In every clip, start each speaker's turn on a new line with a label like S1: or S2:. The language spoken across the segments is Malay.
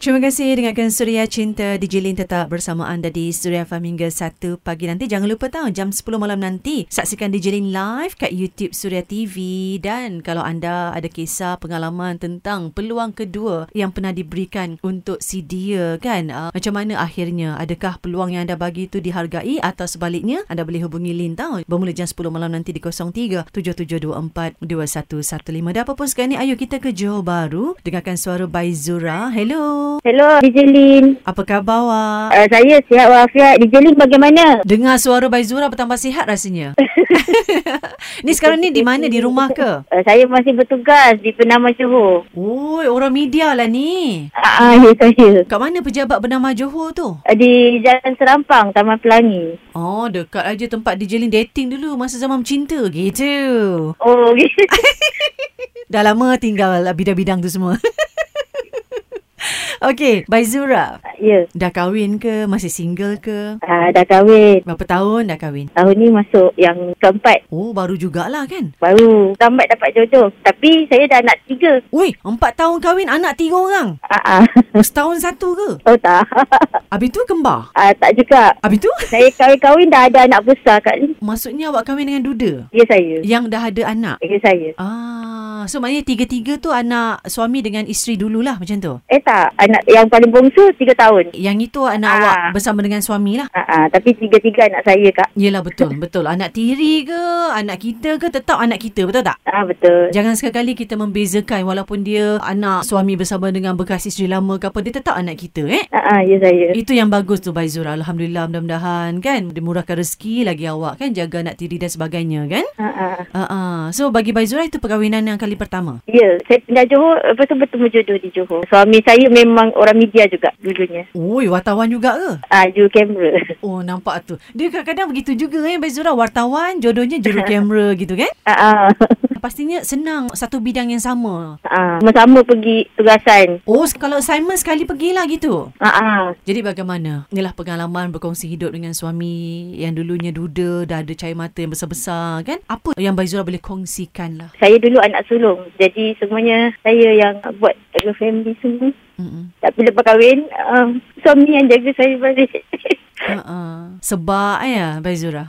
S1: Terima kasih dengarkan Suria Cinta di Jilin tetap bersama anda di Suria Farm hingga 1 pagi nanti. Jangan lupa tahu jam 10 malam nanti saksikan di Jilin live kat YouTube Suria TV dan kalau anda ada kisah pengalaman tentang peluang kedua yang pernah diberikan untuk si dia kan uh, macam mana akhirnya adakah peluang yang anda bagi itu dihargai atau sebaliknya anda boleh hubungi Lin tahu bermula jam 10 malam nanti di 03 7724 2115 dan apa pun sekarang ni ayo kita ke Johor Bahru dengarkan suara by Zura. Hello.
S2: Hello, DJ Lin.
S1: Apa khabar awak?
S2: Uh, saya sihat walafiat. DJ Lin bagaimana?
S1: Dengar suara Baizura bertambah sihat rasanya. ni sekarang ni di mana? Di rumah ke?
S2: Uh, saya masih bertugas di Penama Johor.
S1: Oi, orang media lah ni.
S2: Ah, uh, ya saya.
S1: Kat mana pejabat bernama Johor tu?
S2: Uh, di Jalan Serampang, Taman Pelangi.
S1: Oh, dekat aja tempat DJ Lin dating dulu masa zaman cinta gitu.
S2: Oh, gitu.
S1: Dah lama tinggal lah bidang-bidang tu semua. Okey, Baizura.
S2: Ya.
S1: Dah kahwin ke? Masih single ke?
S2: Uh, dah kahwin.
S1: Berapa tahun dah kahwin?
S2: Tahun ni masuk yang keempat.
S1: Oh, baru jugalah kan?
S2: Baru tamat dapat jodoh. Tapi saya dah anak tiga.
S1: Weh, empat tahun kahwin anak tiga orang.
S2: Ah, ah.
S1: Setahun satu ke?
S2: Oh tak.
S1: Habis tu kembar?
S2: Ah, tak juga.
S1: Habis tu?
S2: Saya kahwin-kahwin dah ada anak besar kat ni.
S1: Maksudnya awak kahwin dengan duda?
S2: Ya saya.
S1: Yang dah ada anak?
S2: Ya saya.
S1: Ah, so maknanya tiga-tiga tu anak suami dengan isteri dululah macam tu?
S2: Eh tak. Anak yang paling bongsu tiga tahun.
S1: Yang itu anak
S2: Ah.
S1: awak bersama dengan suami lah.
S2: Ah, ah. Tapi tiga-tiga anak saya kak.
S1: Yelah betul, betul. Anak tiri ke, anak kita ke, tetap anak kita, betul tak?
S2: Ah betul.
S1: Jangan sekali kita membezakan walaupun dia anak suami bersama dengan bekas isteri lama ke apa, dia tetap anak kita eh.
S2: Ah, ah ya saya.
S1: Itu yang bagus tu Baizura. Alhamdulillah mudah-mudahan kan dimurahkan rezeki lagi awak kan jaga anak tiri dan sebagainya kan.
S2: Ah, ah.
S1: Uh-uh. So bagi Baizura itu perkahwinan yang kali pertama.
S2: Ya, saya pindah Johor, lepas tu bertemu jodoh di Johor. Suami saya memang orang media juga dulunya.
S1: Oi, wartawan juga ke?
S2: Ah, juru kamera.
S1: Oh, nampak tu. Dia kadang-kadang begitu juga eh Baizura. Wartawan, jodohnya juru kamera gitu kan.
S2: Ah, ah.
S1: Pastinya senang satu bidang yang sama.
S2: ah. Sama-sama pergi tugasan.
S1: Oh, kalau Simon sekali pergilah gitu.
S2: Ah, ah.
S1: Jadi bagaimana? Inilah pengalaman berkongsi hidup dengan suami yang dulunya duda, dah ada cahaya mata yang besar-besar kan? Apa yang Baizura boleh kongsikan lah?
S2: Saya dulu anak sulung. Jadi semuanya saya yang buat jaga family semua.
S1: Mm-mm.
S2: Tapi lepas kahwin, um, suami yang jaga saya balik. Ha,
S1: Uh-uh. Sebab ya Baizura.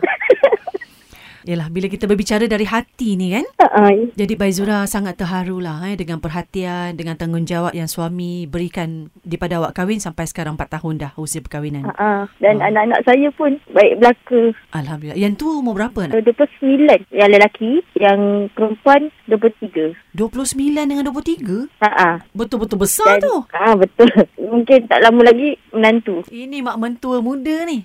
S1: Yalah, bila kita berbicara dari hati ni kan?
S2: ah, ah.
S1: Jadi Baizura sangat terharu lah eh, dengan perhatian, dengan tanggungjawab yang suami berikan daripada awak kahwin sampai sekarang 4 tahun dah usia perkahwinan.
S2: Ah, ah. Dan
S1: Ah.
S2: anak-anak saya pun baik belaka.
S1: Alhamdulillah. Yang tu umur berapa nak?
S2: So, 29 yang lelaki, yang perempuan 23.
S1: 29 dengan 23?
S2: Ah, ah.
S1: Betul-betul besar tu.
S2: Ah, betul. Mungkin tak lama lagi menantu.
S1: Ini mak mentua muda ni.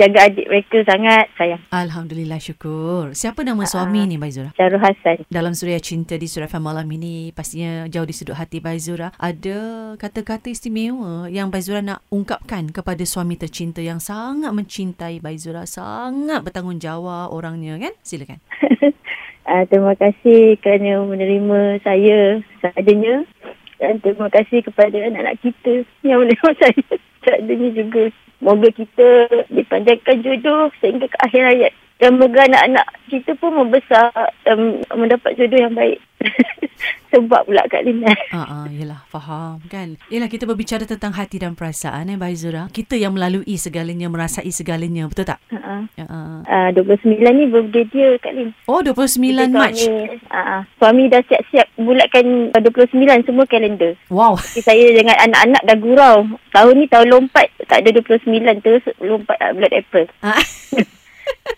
S2: jaga adik mereka sangat sayang.
S1: Alhamdulillah syukur. Siapa nama suami ni Baizura?
S2: Syarul Hasan.
S1: Ah. Dalam Suria Cinta di Surat Fan malam ini pastinya jauh di sudut hati Baizura ada kata-kata istimewa yang Baizura nak ungkapkan kepada suami tercinta yang sangat mencintai Baizura, sangat bertanggungjawab orangnya kan? Silakan.
S2: Uh, terima kasih kerana menerima saya seadanya dan terima kasih kepada anak-anak kita yang menerima saya seadanya juga. Moga kita dipanjangkan jodoh sehingga ke akhir hayat. Dan moga anak-anak kita pun membesar dan mendapat jodoh yang baik. Sebab pula Kak Lina.
S1: Ah, ah, yelah, faham kan. Yelah, kita berbicara tentang hati dan perasaan eh, Baizura. Kita yang melalui segalanya, merasai segalanya, betul tak?
S2: Uh,
S1: Ya, ah.
S2: uh, 29 ni birthday dia Kak Lin.
S1: Oh, 29 Mac.
S2: Uh, suami dah siap-siap bulatkan 29 semua kalender.
S1: Wow.
S2: Tapi saya dengan anak-anak dah gurau. Tahun ni tahun lompat. Tak ada 29 terus lompat uh, bulan April.
S1: Ah.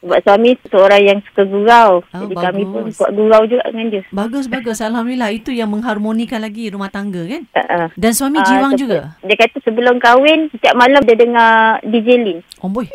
S2: Sebab suami seorang yang suka gurau.
S1: Oh,
S2: Jadi kami pun
S1: bagus.
S2: buat gurau juga dengan dia.
S1: Bagus bagus alhamdulillah itu yang mengharmonikan lagi rumah tangga kan.
S2: Uh, uh.
S1: Dan suami
S2: Ah,
S1: jiwang
S2: sebab-
S1: juga.
S2: Dia kata sebelum kahwin, setiap malam dia dengar DJ Lin.
S1: Omboi.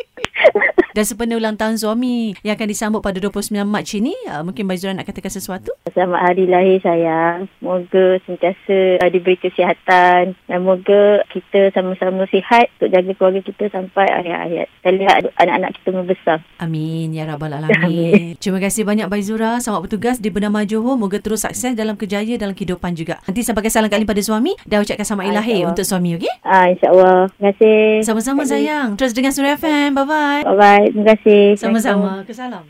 S1: Oh, Dan sempena ulang tahun suami yang akan disambut pada 29 Mac ini, uh, mungkin Baizura nak katakan sesuatu?
S2: Selamat hari lahir sayang. Moga sentiasa uh, diberi kesihatan dan moga kita sama-sama sihat untuk jaga keluarga kita sampai akhir hayat. Saya lihat anak-anak kita membesar.
S1: Amin ya rabbal alamin. Terima kasih banyak Baizura, selamat bertugas di Bernama Johor. Moga terus sukses dalam kerjaya dalam kehidupan juga. Nanti saya pakai salam kat pada suami dan ucapkan selamat ilahi
S2: InsyaAllah.
S1: untuk suami okey?
S2: Ah insya-Allah. Terima kasih.
S1: Sama-sama sayang. Terus dengan Suria FM. Bye bye.
S2: Bye bye. Terima kasih.
S1: Sama-sama. Kesalam.